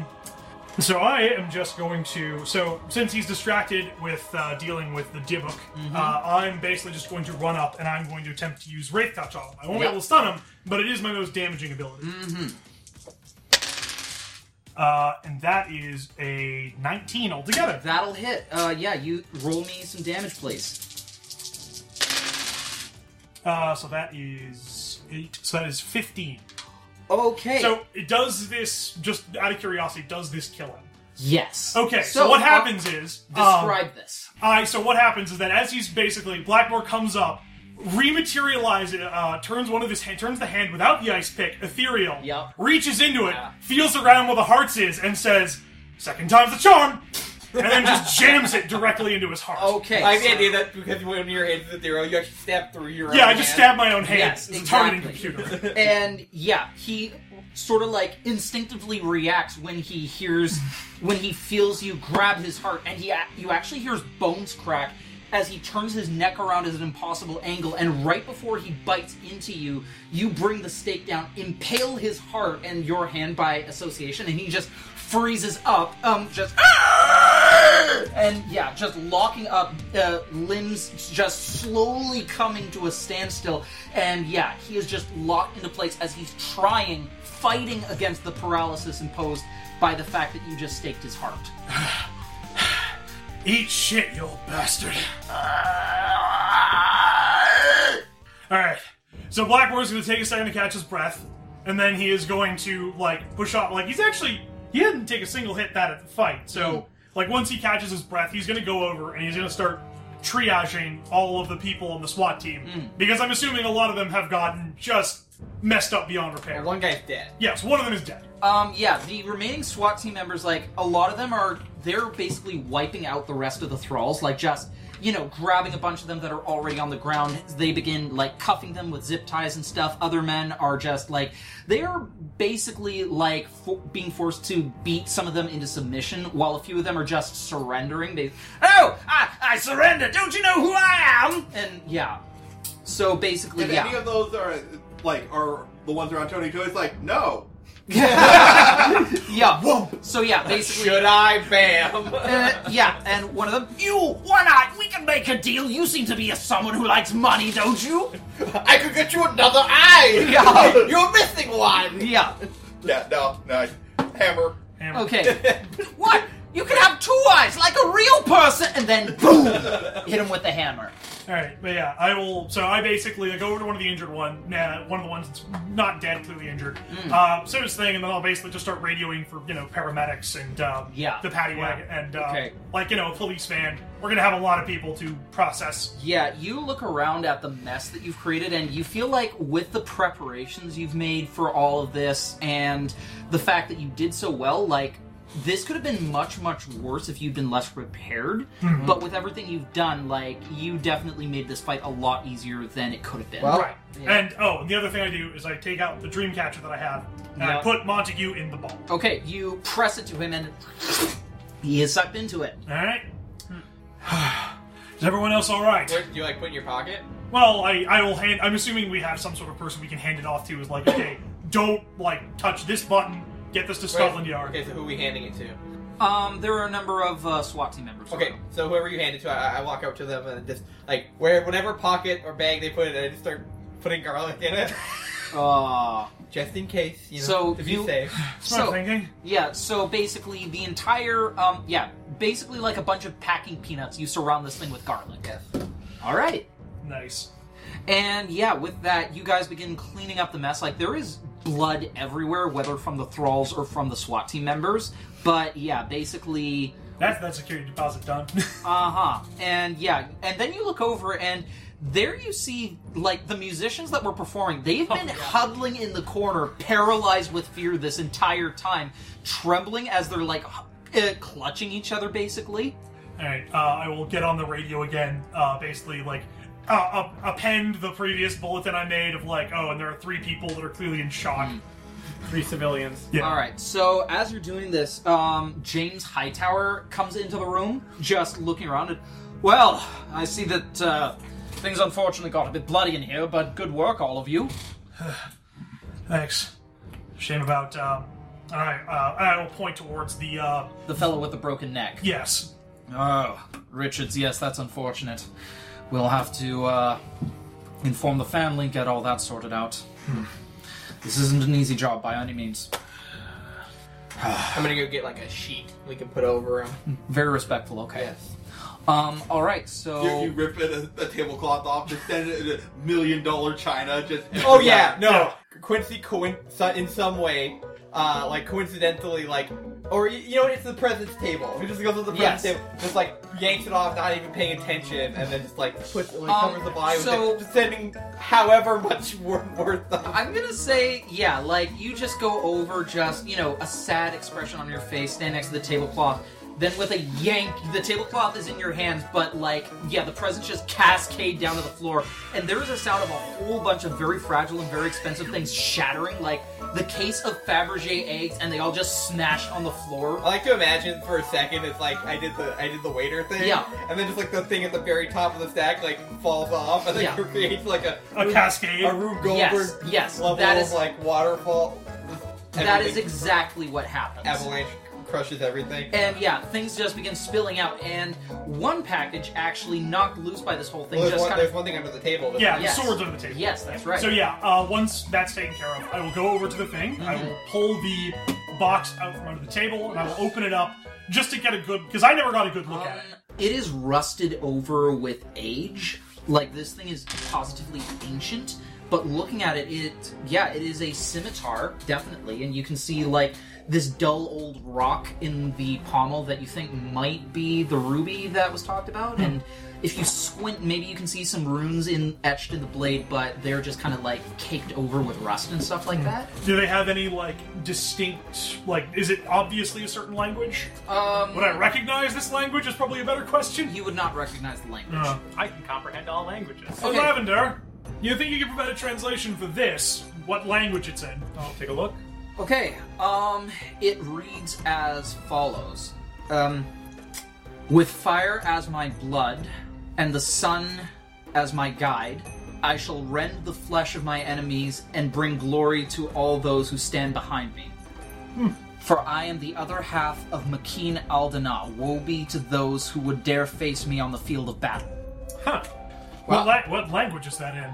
B: so I am just going to. So since he's distracted with uh, dealing with the Dibbuk,
E: Mm-hmm.
B: uh, I'm basically just going to run up and I'm going to attempt to use Wraith Touch on him. I won't be
C: Yeah.
B: able to stun him, but it is my most damaging ability.
E: Mm-hmm.
B: Uh, and that is a 19 altogether.
C: That'll hit. Uh, yeah, you roll me some damage, please.
B: Uh, so that is eight. So that is 15.
C: Okay.
B: So it does this. Just out of curiosity, does this kill him?
C: yes.
B: Okay. So, what
C: uh,
B: happens is um,
C: describe this.
B: I so what happens is that as he's basically Blackmore comes up, rematerializes, uh, turns one of his hand, turns the hand without the ice pick, ethereal,
C: Yep.
B: reaches into it,
C: Yeah.
B: feels around where the hearts is, and says, second time's the charm." and
C: [LAUGHS]
B: then just jams it directly into his heart.
C: Okay.
A: I have
C: so-
A: the idea that because when your hand's at zero, you actually stab through your
B: Yeah,
A: own
B: I just
A: hand.
B: stabbed my own hand.
C: Yes,
B: it's a targeting
C: exactly.
B: computer.
C: and yeah, he sort of like instinctively reacts when he hears, when he feels you grab his heart, and he a- you actually hears bones crack as he turns his neck around at an impossible angle, and right before he bites into you, you bring the stake down, impale his heart and your hand by association, and he just freezes up, um, just and yeah, just locking up, uh, limbs just slowly coming to a standstill. And yeah, he is just locked into place as he's trying, fighting against the paralysis imposed by the fact that you just staked his heart.
B: Eat shit, you old bastard. Alright. So Blackmore's gonna take a second to catch his breath, and then he is going to, like, push off. Like, he's actually. He didn't take a single hit that at the fight, so, like, once he catches his breath, he's gonna go over and he's gonna start triaging all of the people on the SWAT team. Because I'm assuming a lot of them have gotten just messed up beyond repair.
A: One guy's dead.
B: Yes, one of them is dead.
C: Um, yeah, the remaining SWAT team members, like, a lot of them are, they're basically wiping out the rest of the thralls, like, just, you know, grabbing a bunch of them that are already on the ground. They begin, like, cuffing them with zip ties and stuff. Other men are just, like, they're basically, like, fo- being forced to beat some of them into submission, while a few of them are just surrendering. They, oh, I, I surrender! Don't you know who I am? And, yeah. So basically,
D: If
C: yeah.
D: any of those are like are the ones around Tony Joy's like, no.
C: yeah. So, yeah, basically.
A: Should I? Bam. [LAUGHS]
C: Uh, yeah, and one of them, you, one eye, we can make a deal. You seem to be a someone who likes money, don't you?
A: I could get you another eye.
C: [LAUGHS] Yeah.
A: You're missing one.
C: Yeah.
D: Yeah, no, no. Hammer.
B: Hammer.
C: Okay. what? You can have two eyes like a real person, and then boom, hit him with the hammer.
B: All right, but yeah, I will. So I basically I go over to one of the injured one, nah, one of the ones that's not dead, clearly injured.
C: Mm.
B: Uh, say his thing, and then I'll basically just start radioing for you know paramedics and um,
C: Yeah.
B: the paddy wagon and uh,
C: Okay.
B: like you know a police van. We're gonna have a lot of people to process.
C: Yeah, you look around at the mess that you've created, and you feel like with the preparations you've made for all of this and the fact that you did so well, like, this could have been much, much worse if you'd been less prepared.
A: Mm-hmm.
C: But with everything you've done, like, you definitely made this fight a lot easier than it could have been.
A: Well-
B: Right.
A: Yeah.
B: And oh, and the other thing I do is I take out the dream catcher that I have and
C: Yeah.
B: I put Montague in the ball.
C: okay, you press it to him, and he is sucked into it.
B: All right.
C: Hmm.
B: [SIGHS] Is everyone else all right?
A: What, do you like put in your pocket?
B: Well, I, I will hand. I'm assuming we have some sort of person we can hand it off to. Is like, okay, don't like touch this button. Get this to Scotland Yard.
A: Okay, so who are we handing it to?
C: Um, there are a number of uh, SWAT team members.
A: Okay, so whoever you hand it to, I, I walk up to them and just like where whatever pocket or bag they put it, in, I just start putting garlic in it, [LAUGHS]
C: Uh,
A: just in case. You know,
C: So
A: to
C: you-
A: be safe.
B: Smart thinking.
C: Yeah, so basically the entire um yeah, basically like a bunch of packing peanuts, you surround this thing with garlic. All right.
B: Nice.
C: And yeah, with that you guys begin cleaning up the mess. Like there is blood everywhere whether from the thralls or from the SWAT team members, but yeah, basically
B: That's that security deposit done. [LAUGHS]
C: uh-huh. And yeah, and then you look over and there you see like the musicians that were performing. They've been huddling in the corner, paralyzed with fear this entire time, trembling as they're like uh, clutching each other basically.
B: All right. Uh, I will get on the radio again. Uh, basically, like. Uh, up- append the previous bulletin I made of like, oh, and there are three people that are clearly in shock.
E: Three civilians.
B: Yeah.
C: All right. So as you're doing this, um, James Hightower comes into the room, just looking around. And, well, I see that uh, things unfortunately got a bit bloody in here, but good work, all of you.
B: Thanks. Shame about. Um, all right. Uh, I will point towards the. Uh,
C: The fellow with the broken neck.
B: yes.
C: Oh, Richards. Yes, that's unfortunate. We'll have to uh, inform the family, get all that sorted out.
D: Hmm.
C: This isn't an easy job by any means.
A: I'm gonna go get like a sheet we can put over them.
C: Very respectful. Okay.
A: Yes.
C: Um. All right. So.
D: You, you rip it, a, a tablecloth off, just send it in a million dollar china, just
A: Oh yeah, no.
B: Yeah.
A: Quincy coin- in some way, uh, like coincidentally, like or y- you know what, it's the president's table. He just goes to the
C: Yes.
A: president's table, just like yanks it off, not even paying attention, and then just like puts like
C: Um,
A: covers the body
C: so-
A: with it, just sending however much [LAUGHS] wor- worth of.
C: I'm gonna say, yeah, like you just go over just, you know, a sad expression on your face, stand next to the tablecloth, Then with a yank, the tablecloth is in your hands, but like, yeah, the presents just cascade down to the floor, and there is a sound of a whole bunch of very fragile and very expensive things shattering, like the case of Fabergé eggs, and they all just smash on the floor.
A: I like to imagine for a second it's like I did the I did the waiter thing,
C: Yeah.
A: and then just like the thing at the very top of the stack like falls off, and then
C: Yeah.
A: creates like a
B: A cascade.
A: a Rube Goldberg
C: Yes, yes,
A: level
C: that is-
A: of like waterfall.
C: That is
A: Everything-
C: exactly what happens.
A: avalanche crushes everything.
C: And yeah, things just begin spilling out, and one package actually knocked loose by this whole thing
A: Well, there's,
C: just
A: one,
C: kind
A: there's
C: of.
A: one thing under the table. that's-
B: yeah,
C: Yes.
B: the swords on the table.
C: Yes, that's right.
B: So yeah, uh, once that's taken care of, I will go over to the thing. I will
C: Mm-hmm.
B: pull the box out from under the table, and I will open it up just to get a good because I never got a good look at it.
C: It is rusted over with age. Like this thing is positively ancient. But looking at it, it yeah, it is a scimitar definitely, and you can see like this dull old rock in the pommel that you think might be the ruby that was talked about. And if you squint, maybe you can see some runes in etched in the blade, but they're just kind of like caked over with rust and stuff like that.
B: Do they have any like distinct like? Is it obviously a certain language?
C: Um,
B: Would I recognize this language? Is probably a better question.
C: You would not recognize the language.
B: Uh,
E: I can comprehend all languages.
B: so
C: Okay.
B: Lavender, you think you can provide a translation for this? What language it's in?
C: Oh.
B: I'll take a look.
C: Okay, um, it reads as follows. Um, with fire as my blood, and the sun as my guide, I shall rend the flesh of my enemies and bring glory to all those who stand behind me. Hmm. For I am the other half of Makin Aldana. Woe be to those who would dare face me on the field of battle.
E: Huh.
B: What,
A: Wow.
B: la- what language is that in?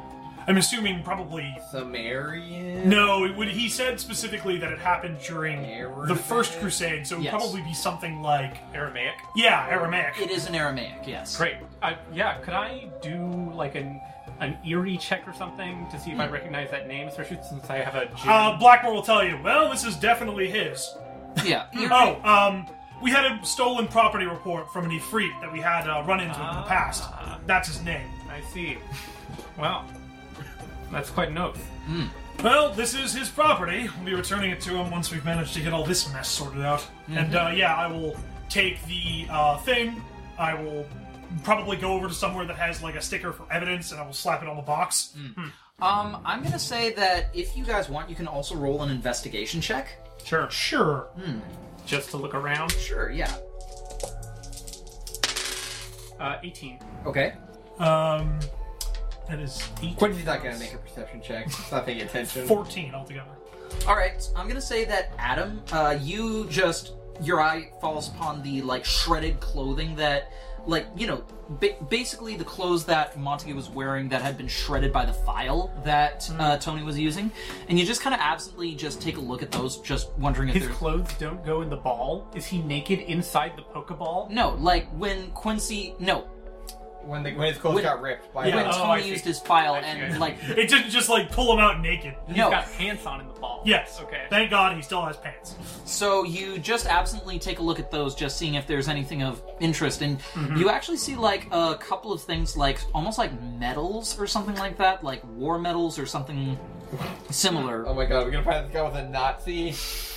B: I'm assuming probably
A: Sumerian.
B: No, it would, he said specifically that it happened during
A: Aramaic?
B: the First Crusade, so it would
C: Yes.
B: probably be something like,
E: Aramaic.
B: yeah, Aramaic.
C: It is an Aramaic, yes.
E: Great. I, yeah, could I do like an an eerie check or something to see if I
B: Hmm.
E: recognize that name, especially since I have a gym?
B: Uh, Blackmore will tell you, well, this is definitely his.
C: Yeah. you're-
B: Oh, um, we had a stolen property report from an Ifrit that we had uh, run-ins with in the past.
E: Ah.
B: That's his name.
E: I see. Wow. That's quite an oath.
B: Well, this is his property. We'll be returning it to him once we've managed to get all this mess sorted out.
C: Mm-hmm.
B: And uh, yeah, I will take the uh, thing. I will probably go over to somewhere that has like a sticker for evidence, and I will slap it on the box.
C: Mm. Um, I'm gonna say that if you guys want, you can also roll an investigation check.
E: Sure.
B: Sure.
E: Just to look around.
C: Sure, yeah.
E: Uh, 18.
C: Okay.
B: Um, that is eight.
A: Quincy's not gonna make a perception check. He's not paying attention.
B: fourteen altogether.
C: All right. I'm gonna say that Adam, uh, you just your eye falls upon the like shredded clothing that, like you know, ba- basically the clothes that Montague was wearing that had been shredded by the file that
E: Mm-hmm.
C: uh, Tony was using, and you just kind of absently just take a look at those, just wondering if
E: His
C: there's.
E: clothes don't go in the ball. Is he naked inside the Pokeball?
C: no, like when Quincy, no,
A: When the, when his clothes
C: When-
A: got ripped by
B: Yeah.
C: when
E: Oh,
A: Alex.
E: I
C: Tony
E: see.
C: used his file
E: I see, I
C: and
E: see. [LAUGHS]
C: like
B: It didn't just like pull him out naked.
E: He's
C: No.
E: got pants on in the ball.
B: Yes.
E: Okay.
B: Thank God he still has pants.
C: So you just absently take a look at those, just seeing if there's anything of interest, and you actually see like a couple of things, like almost like medals or something like that, like war medals or something similar.
A: Oh my god, we're gonna find this guy with a Nazi.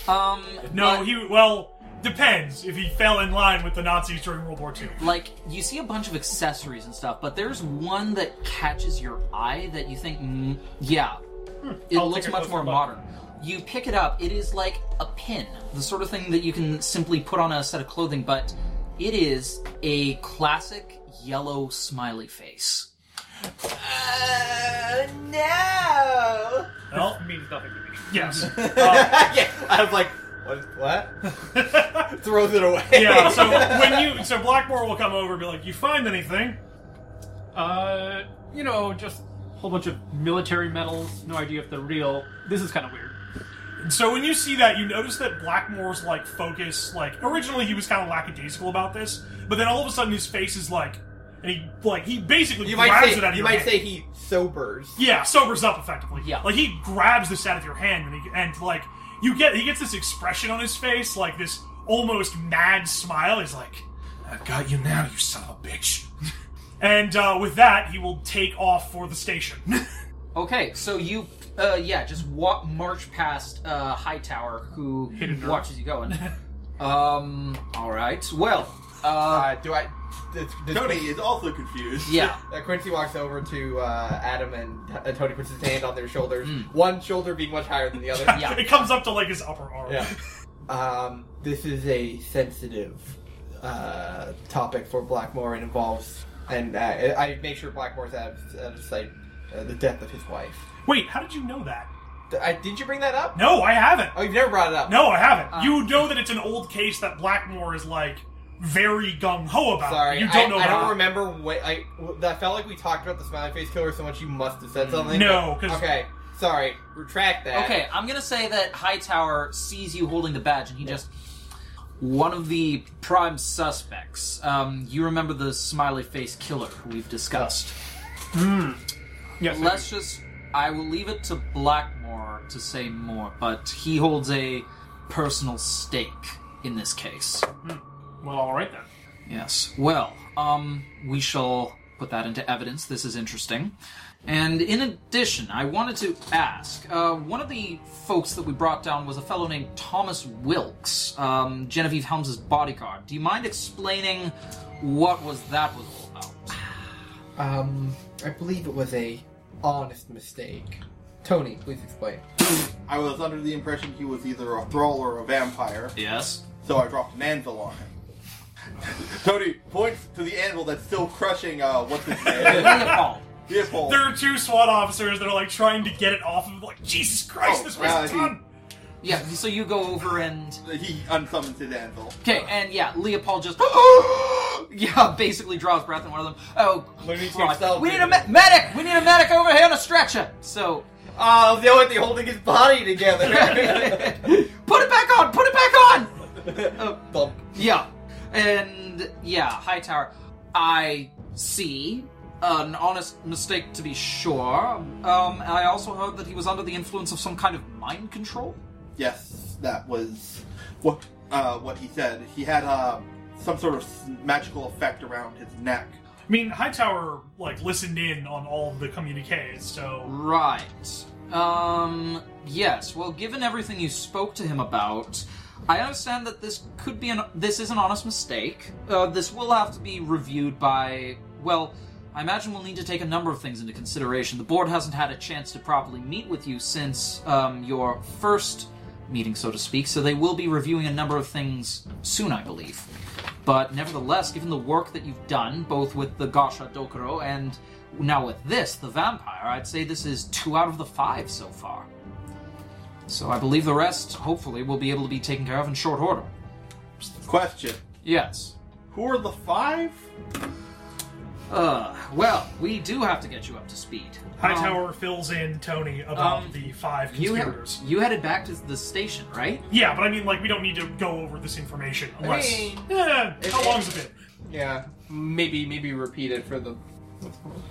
C: Um,
B: No,
C: but,
B: he well depends if he fell in line with the Nazis during World War II.
C: like you see a bunch of accessories and stuff, but there's one that catches your eye that you think, mm, yeah, it
E: Hmm, I'll
C: looks
E: take a
C: much
E: closer
C: more
E: look.
C: modern. You pick it up; it is like a pin, the sort of thing that you can simply put on a set of clothing, but it is a classic yellow smiley face. Uh,
A: No.
B: Well,
E: means nothing to me.
B: yes.
A: [LAUGHS] yeah, I was like,
B: [LAUGHS]
A: what? What? Throws it away.
B: Yeah. So when you so Blackmore will come over and be like, "You find anything?"
E: Uh, you know, just a whole bunch of military medals. No idea if they're real. This is kind of weird.
B: So when you see that, you notice that Blackmore's like focus, like originally he was kind of lackadaisical about this, but then all of a sudden his face is like, and he like he basically
A: [LAUGHS] you might
B: grabs it out
A: say
B: of
A: you
B: your
A: might
B: hand.
A: say he sobers.
B: yeah, sobers up effectively.
C: Yeah.
B: like he grabs this out of your hand and he, and like you get he gets this expression on his face, like this almost mad smile. He's like, "I've got you now, you son of a bitch." [LAUGHS] and uh, with that, he will take off for the station. [LAUGHS]
C: Okay, so you, uh, yeah, just walk, march past uh, Hightower, who watches you go, and Um. All right. Well. Uh.
A: Uh, do I? Does, does
D: Tony is also confused.
C: Yeah.
A: Uh, Quincy walks over to uh, Adam and uh, Tony puts his hand on their shoulders,
B: Hmm.
A: one shoulder being much higher than
B: [LAUGHS]
A: the other.
C: Yeah.
B: It comes up to like his upper arm.
A: Yeah. [LAUGHS] Um, this is a sensitive uh, topic for Blackmore. It involves, and uh, I I make sure Blackmore's out of, out of sight, uh, the death of his wife.
B: Wait, how did you know that?
A: D- I, did you bring that up?
B: No, I haven't.
A: Oh, you've never brought it up.
B: No, I haven't.
C: Uh.
B: you know that it's an old case that Blackmore is like very gung ho about.
A: Sorry,
B: you don't
A: I,
B: know.
A: I
B: about
A: don't remember what I. I felt like we talked about the smiley face killer so much. You must have said something.
B: No, 'cause-
A: okay, sorry, retract that.
C: Okay. I'm gonna say that Hightower sees you holding the badge, and he just one of the prime suspects. Um. You remember the smiley face killer who we've discussed.
E: Yes.
C: Let's just. I will leave it to Blackmore to say more, but he holds a personal stake in this case.
E: Well, all right then.
C: Yes. Well, um, we shall put that into evidence. This is interesting. And in addition, I wanted to ask uh, one of the folks that we brought down was a fellow named Thomas Wilkes, um, Genevieve Helms' bodyguard. Do you mind explaining what was that was all about?
A: Um, I believe it was a honest mistake. Tony, please
B: [LAUGHS]
A: explain.
D: I was under the impression he was either a thrall or a vampire,
C: Yes.
D: so I dropped an anvil on him. [LAUGHS] Tony points to the anvil that's still crushing, uh, what's his
C: [LAUGHS]
D: name?
C: Leopold.
D: Leopold.
B: There are two SWAT officers that are like trying to get it off of like Jesus Christ,
D: Oh,
B: this
D: uh,
B: was
D: he-
B: ton.
C: Yeah. So you go over and
D: He unsummons his anvil.
C: okay, and yeah, Leopold just yeah, basically draws breath, and one of them oh,
A: Looney Tunes
C: Christ.
A: style
C: we need a
A: video.
C: me- medic, we need a medic over here on a stretcher. So
A: Oh, the only thing holding his body together.
C: [LAUGHS]
B: [LAUGHS]
C: put it back on! Put it back on! Uh,
A: Bump.
C: yeah. And yeah, Hightower. I see. An honest mistake to be sure. Um, I also heard that he was under the influence of some kind of mind control.
D: Yes, that was what uh, what he said. He had uh, some sort of s- magical effect around his neck.
B: I mean, Hightower like listened in on all of the communiques,
C: Mm.
B: so
C: Right. Um, yes. Well, given everything you spoke to him about, I understand that this could be an this is an honest mistake. Uh, this will have to be reviewed by well, I imagine we'll need to take a number of things into consideration. The board hasn't had a chance to properly meet with you since um, your first meeting, so to speak. So they will be reviewing a number of things soon, I believe. But nevertheless, given the work that you've done, both with the Gasha Dokuro and now with this, the vampire, I'd say this is two out of the five so far. So I believe the rest, hopefully, will be able to be taken care of in short order.
D: Question:
C: Yes.
D: Who are the five?
C: Uh, well, we do have to get you up to speed.
B: Hightower fills in Tony about
C: um,
B: the five
C: You, he-
B: conspirators.
C: you headed back to the station, right?
B: Yeah, but I mean, like, we don't need to go over this information unless.
A: mean-
B: Eh, how
A: it-
B: long's it
A: Yeah, maybe maybe repeat it for the.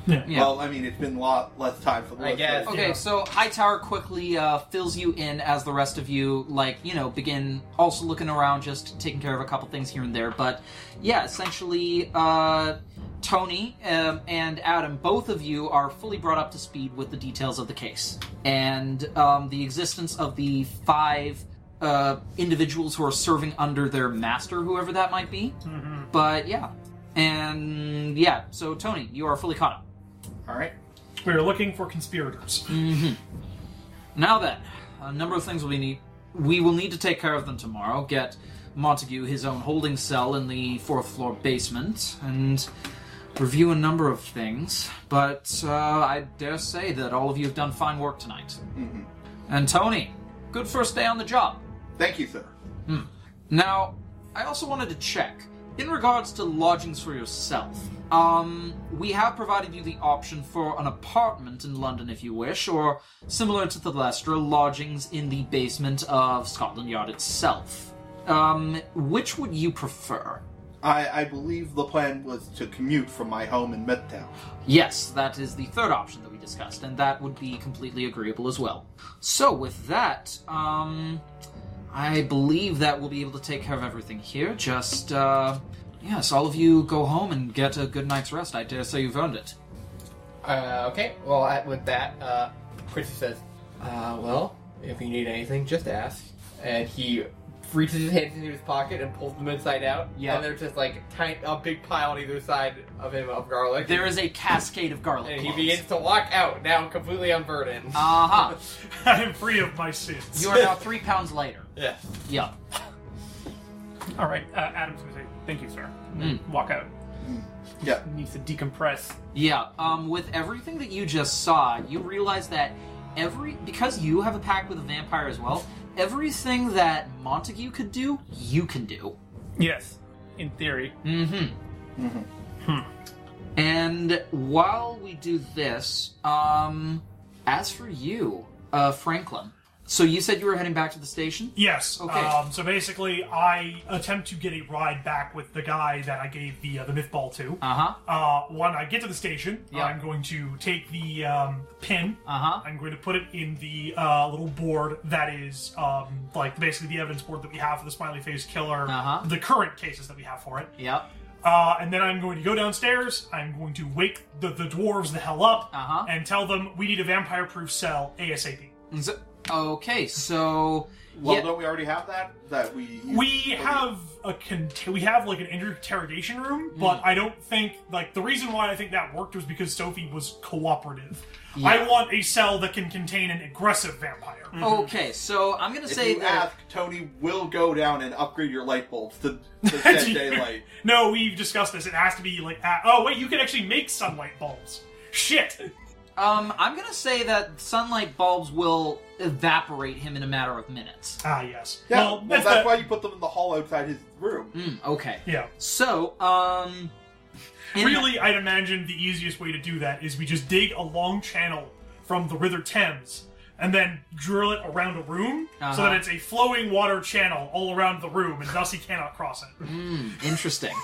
B: been?
C: Yeah.
D: Well, I mean, it's been a lot less time for the
A: I
D: listeners.
A: guess.
C: Okay,
B: Yeah.
C: so Hightower quickly uh, fills you in as the rest of you, like, you know, begin also looking around, just taking care of a couple things here and there. But yeah, essentially, uh, Tony um, and Adam, both of you are fully brought up to speed with the details of the case and um, the existence of the five uh, individuals who are serving under their master, whoever that might be. But yeah. And yeah, so Tony, you are fully caught up.
D: All right.
B: We are looking for conspirators. [LAUGHS]
C: Now then, a number of things will be need. We will need to take care of them tomorrow. Get Montague his own holding cell in the fourth floor basement and review a number of things. But uh, I dare say that all of you have done fine work tonight. And Tony, good first day on the job.
D: Thank you, sir.
C: Now, I also wanted to check in regards to lodgings for yourself. Um, we have provided you the option for an apartment in London if you wish, or similar to the Leicester, lodgings in the basement of Scotland Yard itself. Um, which would you prefer?
D: I, I believe the plan was to commute from my home in Midtown.
C: Yes, that is the third option that we discussed, and that would be completely agreeable as well. So, with that, um, I believe that we'll be able to take care of everything here. Just, uh, yes, all of you go home and get a good night's rest. I dare say you've earned it.
A: Uh, okay, well I, with that, uh, Quincy says, uh, "Well, if you need anything, just ask." And he reaches his hands into his pocket and pulls them inside out.
C: Yeah.
A: And there's just like tiny, a big pile on either side of him of garlic.
C: There is a cascade of garlic.
A: and he
C: cloves.
A: begins to walk out, now completely unburdened.
C: Uh-huh.
B: I am free of my sins.
C: You are now three pounds lighter.
A: yeah.
C: Yeah.
E: All right, uh, Adam's gonna say, "Thank you, sir." and then Walk out.
D: Yeah.
E: Needs to decompress.
C: Yeah. Um, with everything that you just saw, you realize that every because you have a pact with a vampire as well, everything that Montague could do, you can do.
E: Yes, in theory.
C: Mm-hmm. And while we do this, um, as for you, uh, Franklin. So you said you were heading back to the station.
B: Yes.
C: Okay.
B: Um, so basically, I attempt to get a ride back with the guy that I gave the uh, the myth ball to.
C: Uh huh.
B: Uh, when I get to the station,
C: Yeah.
B: I'm going to take the um, pin.
C: Uh huh.
B: I'm going to put it in the uh, little board that is um, like basically the evidence board that we have for the smiley face killer,
C: Uh-huh.
B: the current cases that we have for it.
C: Yep.
B: Uh, and then I'm going to go downstairs. I'm going to wake the, the dwarves the hell up
C: Uh-huh.
B: and tell them we need a vampire proof cell ASAP.
C: And so- okay. So
D: Well,
C: yeah.
D: don't we already have that? That we
B: We have a con- we have like an interrogation room, but I don't think like the reason why I think that worked was because Sophie was cooperative. I want a cell that can contain an aggressive vampire.
C: Okay, so I'm gonna
D: If
C: say
D: you
C: that.
D: ask, Tony will go down and upgrade your light bulbs to, to set daylight.
B: No, we've discussed this. It has to be like a- oh wait, you can actually make sunlight bulbs. Shit.
C: Um, I'm gonna say that sunlight bulbs will evaporate him in a matter of minutes.
B: Ah yes.
D: Yeah, well,
B: that's
D: that's,
B: the-
D: why you put them in the hall outside his room.
C: Hmm, okay,
B: Yeah.
C: so um, in-
B: Really, I'd imagine the easiest way to do that is we just dig a long channel from the River Thames and then drill it around a room
C: Uh-huh.
B: so that it's a flowing water channel all around the room and thus he cannot cross it.
C: Mm-hmm. interesting.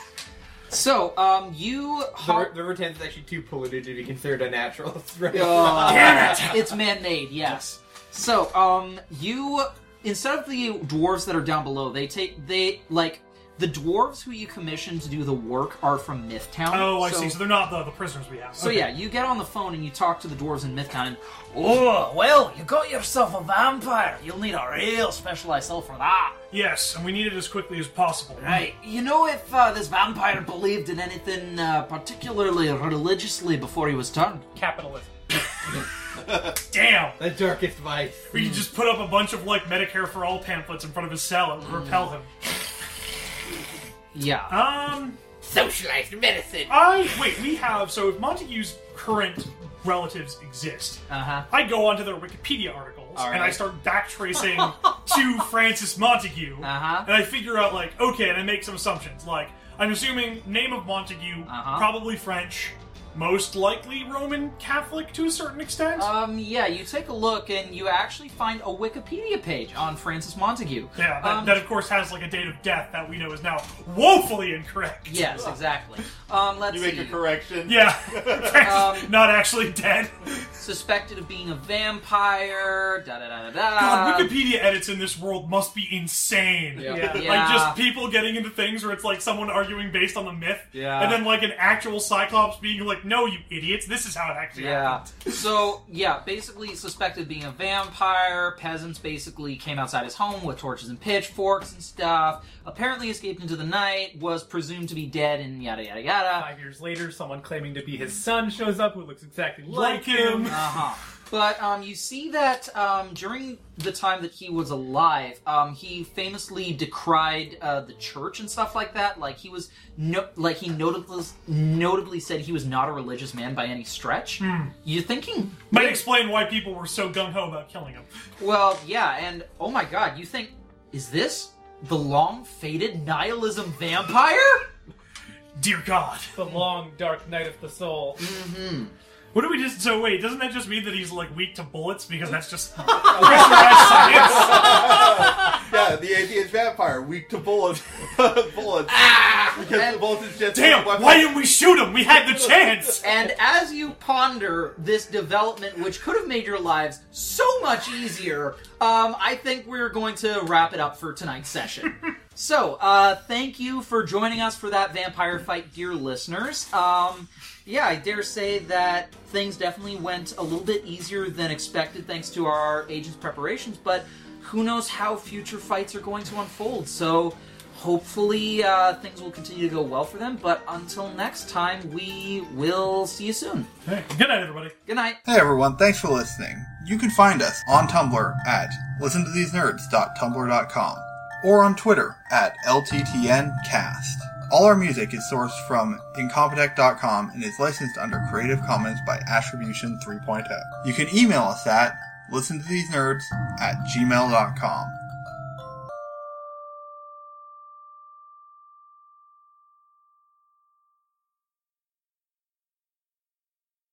C: So um, you
A: The,
C: har-
A: ri- the retention is actually too polluted to be considered [LAUGHS] unnatural. It's right.
B: Damn it!
C: Uh, it's man-made, yes. So um, you instead of the dwarves that are down below, they take they like the dwarves who you commissioned to do the work are from Mythtown.
B: Oh, I
C: so-
B: see. So they're not the, the prisoners we have.
C: So yeah, you get on the phone and you talk to the dwarves in Mythtown, and
F: Oh, well, you got yourself a vampire. You'll need a real
C: real specialized cell for that.
B: Yes, and we need it as quickly as possible.
C: Right. You know, if uh, this vampire believed in anything uh, particularly religiously before he was turned,
E: Capitalism.
B: Damn!
A: The darkest vice.
B: We can just put up a bunch of like Medicare for All pamphlets in front of his cell and repel him.
C: yeah,
B: Um,
A: Socialized medicine.
B: I wait. We have so if Montague's current relatives exist,
C: uh huh,
B: I go onto their Wikipedia articles
C: All
B: and I
C: right.
B: start
C: [LAUGHS]
B: backtracing to Francis Montague,
C: Uh-huh.
B: and I figure out like okay, and I make some assumptions. Like I'm assuming name of Montague,
C: Uh-huh.
B: probably French, most likely Roman Catholic to a certain extent.
C: um, yeah. You take a look and you actually find a Wikipedia page on Francis Montague.
B: yeah, that,
C: um,
B: that of course has like a date of death that we know is now woefully incorrect.
C: yes, exactly. Um, let's
D: You make a
C: see.
D: correction.
B: [LAUGHS] Yeah, [LAUGHS] Frank's
C: Um,
B: not actually dead.
C: Suspected of being a vampire. Da da da da da.
B: God, Wikipedia edits in this world must be insane.
A: Yeah.
E: Yeah.
B: Like
C: Yeah.
B: just people getting into things where it's like someone arguing based on the myth,
C: Yeah.
B: and then like an actual Cyclops being like, "No, you idiots! This is how it actually
C: Yeah.
B: happened."
C: So yeah, basically suspected of being a vampire. Peasants basically came outside his home with torches and pitchforks and stuff. Apparently escaped into the night. Was presumed to be dead and yada yada yada.
E: Five years later, someone claiming to be his son shows up who looks exactly
B: Like him.
C: Uh huh. But um, you see that um, during the time that he was alive, um, he famously decried uh, the church and stuff like that. Like he was no, like he notably notably said he was not a religious man by any stretch. You're thinking
B: [LAUGHS] Might explain why people were so gung ho about killing him.
C: Well, yeah, and oh my god, you think is this the long fated nihilism vampire?
B: Dear God.
E: The long dark night of the soul.
B: What do we just? So wait, doesn't that just mean that he's like weak to bullets because that's just [LAUGHS] pressurized
C: [LAUGHS]
B: science?
D: Yeah, the atheist vampire, weak to bullets. [LAUGHS] bullets. because the bullets is just
B: Damn!
D: weapon.
B: Why didn't we shoot him? We had the chance.
C: And as you ponder this development, which could have made your lives so much easier, um, I think we're going to wrap it up for tonight's session. so, uh, thank you for joining us for that vampire fight, dear listeners. Um, yeah, I dare say that things definitely went a little bit easier than expected thanks to our agent's preparations, but who knows how future fights are going to unfold. So hopefully uh, things will continue to go well for them. But until next time, we will see you soon.
E: Hey, good night, everybody.
C: Good night.
D: Hey everyone, thanks for listening. You can find us on Tumblr at listentothesenerds.tumblr.com or on Twitter at LTTNcast. All our music is sourced from incompetech.com and is licensed under Creative Commons by oh. Attribution 3.0. You can email us at listentothesenerds at gmail.com.